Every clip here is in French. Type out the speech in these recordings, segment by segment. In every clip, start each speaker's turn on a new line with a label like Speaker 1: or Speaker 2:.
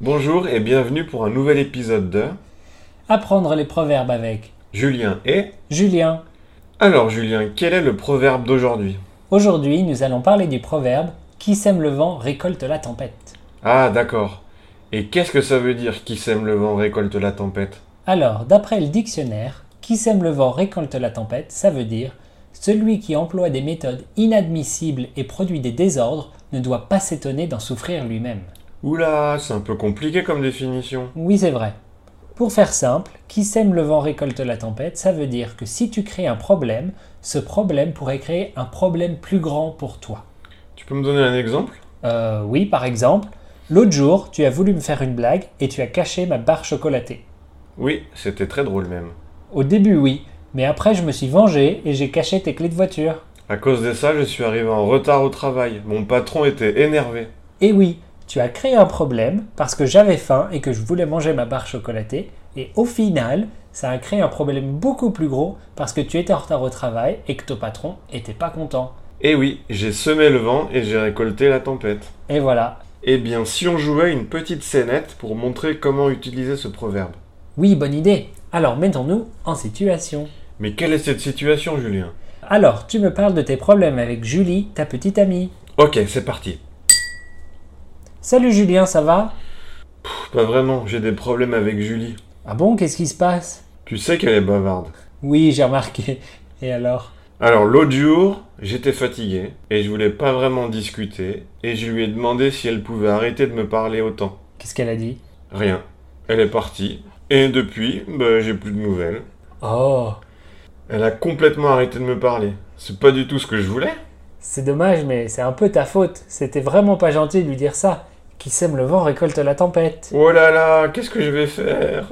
Speaker 1: Bonjour et bienvenue pour un nouvel épisode de
Speaker 2: Apprendre les proverbes avec
Speaker 1: Julien et...
Speaker 2: Julien.
Speaker 1: Alors Julien, quel est le proverbe d'aujourd'hui
Speaker 2: Aujourd'hui, nous allons parler du proverbe Qui sème le vent récolte la tempête.
Speaker 1: Ah d'accord. Et qu'est-ce que ça veut dire qui sème le vent récolte la tempête
Speaker 2: Alors, d'après le dictionnaire, Qui sème le vent récolte la tempête, ça veut dire Celui qui emploie des méthodes inadmissibles et produit des désordres ne doit pas s'étonner d'en souffrir lui-même.
Speaker 1: Oula, c'est un peu compliqué comme définition.
Speaker 2: Oui, c'est vrai. Pour faire simple, qui sème le vent récolte la tempête, ça veut dire que si tu crées un problème, ce problème pourrait créer un problème plus grand pour toi.
Speaker 1: Tu peux me donner un exemple
Speaker 2: Euh, oui, par exemple, l'autre jour, tu as voulu me faire une blague et tu as caché ma barre chocolatée.
Speaker 1: Oui, c'était très drôle même.
Speaker 2: Au début, oui, mais après, je me suis vengé et j'ai caché tes clés de voiture.
Speaker 1: À cause de ça, je suis arrivé en retard au travail. Mon patron était énervé.
Speaker 2: Et Eh oui, tu as créé un problème parce que j'avais faim et que je voulais manger ma barre chocolatée, et au final, ça a créé un problème beaucoup plus gros parce que tu étais en retard au travail et que ton patron était pas content.
Speaker 1: Eh oui, j'ai semé le vent et j'ai récolté la tempête.
Speaker 2: Et voilà.
Speaker 1: Eh bien, si on jouait une petite scénette pour montrer comment utiliser ce proverbe.
Speaker 2: Oui, bonne idée. Alors mettons-nous en situation.
Speaker 1: Mais quelle est cette situation, Julien
Speaker 2: Alors, tu me parles de tes problèmes avec Julie, ta petite amie.
Speaker 1: Ok, c'est parti.
Speaker 2: Salut Julien, ça va
Speaker 1: Pff, Pas vraiment, j'ai des problèmes avec Julie.
Speaker 2: Ah bon, qu'est-ce qui se passe
Speaker 1: Tu sais qu'elle est bavarde.
Speaker 2: Oui, j'ai remarqué. Et alors
Speaker 1: Alors l'autre jour, j'étais fatigué et je voulais pas vraiment discuter et je lui ai demandé si elle pouvait arrêter de me parler autant.
Speaker 2: Qu'est-ce qu'elle a dit
Speaker 1: Rien. Elle est partie et depuis, bah, j'ai plus de nouvelles.
Speaker 2: Oh,
Speaker 1: Elle a complètement arrêté de me parler. C'est pas du tout ce que je voulais.
Speaker 2: c'est dommage, mais c'est un peu ta faute. C'était vraiment pas gentil de lui dire ça. Qui sème le vent récolte la tempête.
Speaker 1: Oh là là, qu'est-ce que je vais faire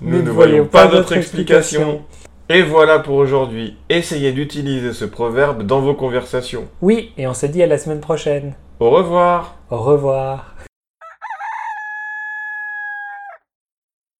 Speaker 1: Nous
Speaker 2: Nous
Speaker 1: ne
Speaker 2: ne
Speaker 1: voyons
Speaker 2: voyons
Speaker 1: pas
Speaker 2: pas
Speaker 1: d'autre
Speaker 2: d'autre
Speaker 1: explication. Et voilà pour aujourd'hui. Essayez d'utiliser ce proverbe dans vos conversations.
Speaker 2: Oui, et on se dit à la semaine prochaine.
Speaker 1: Au revoir
Speaker 2: Au revoir.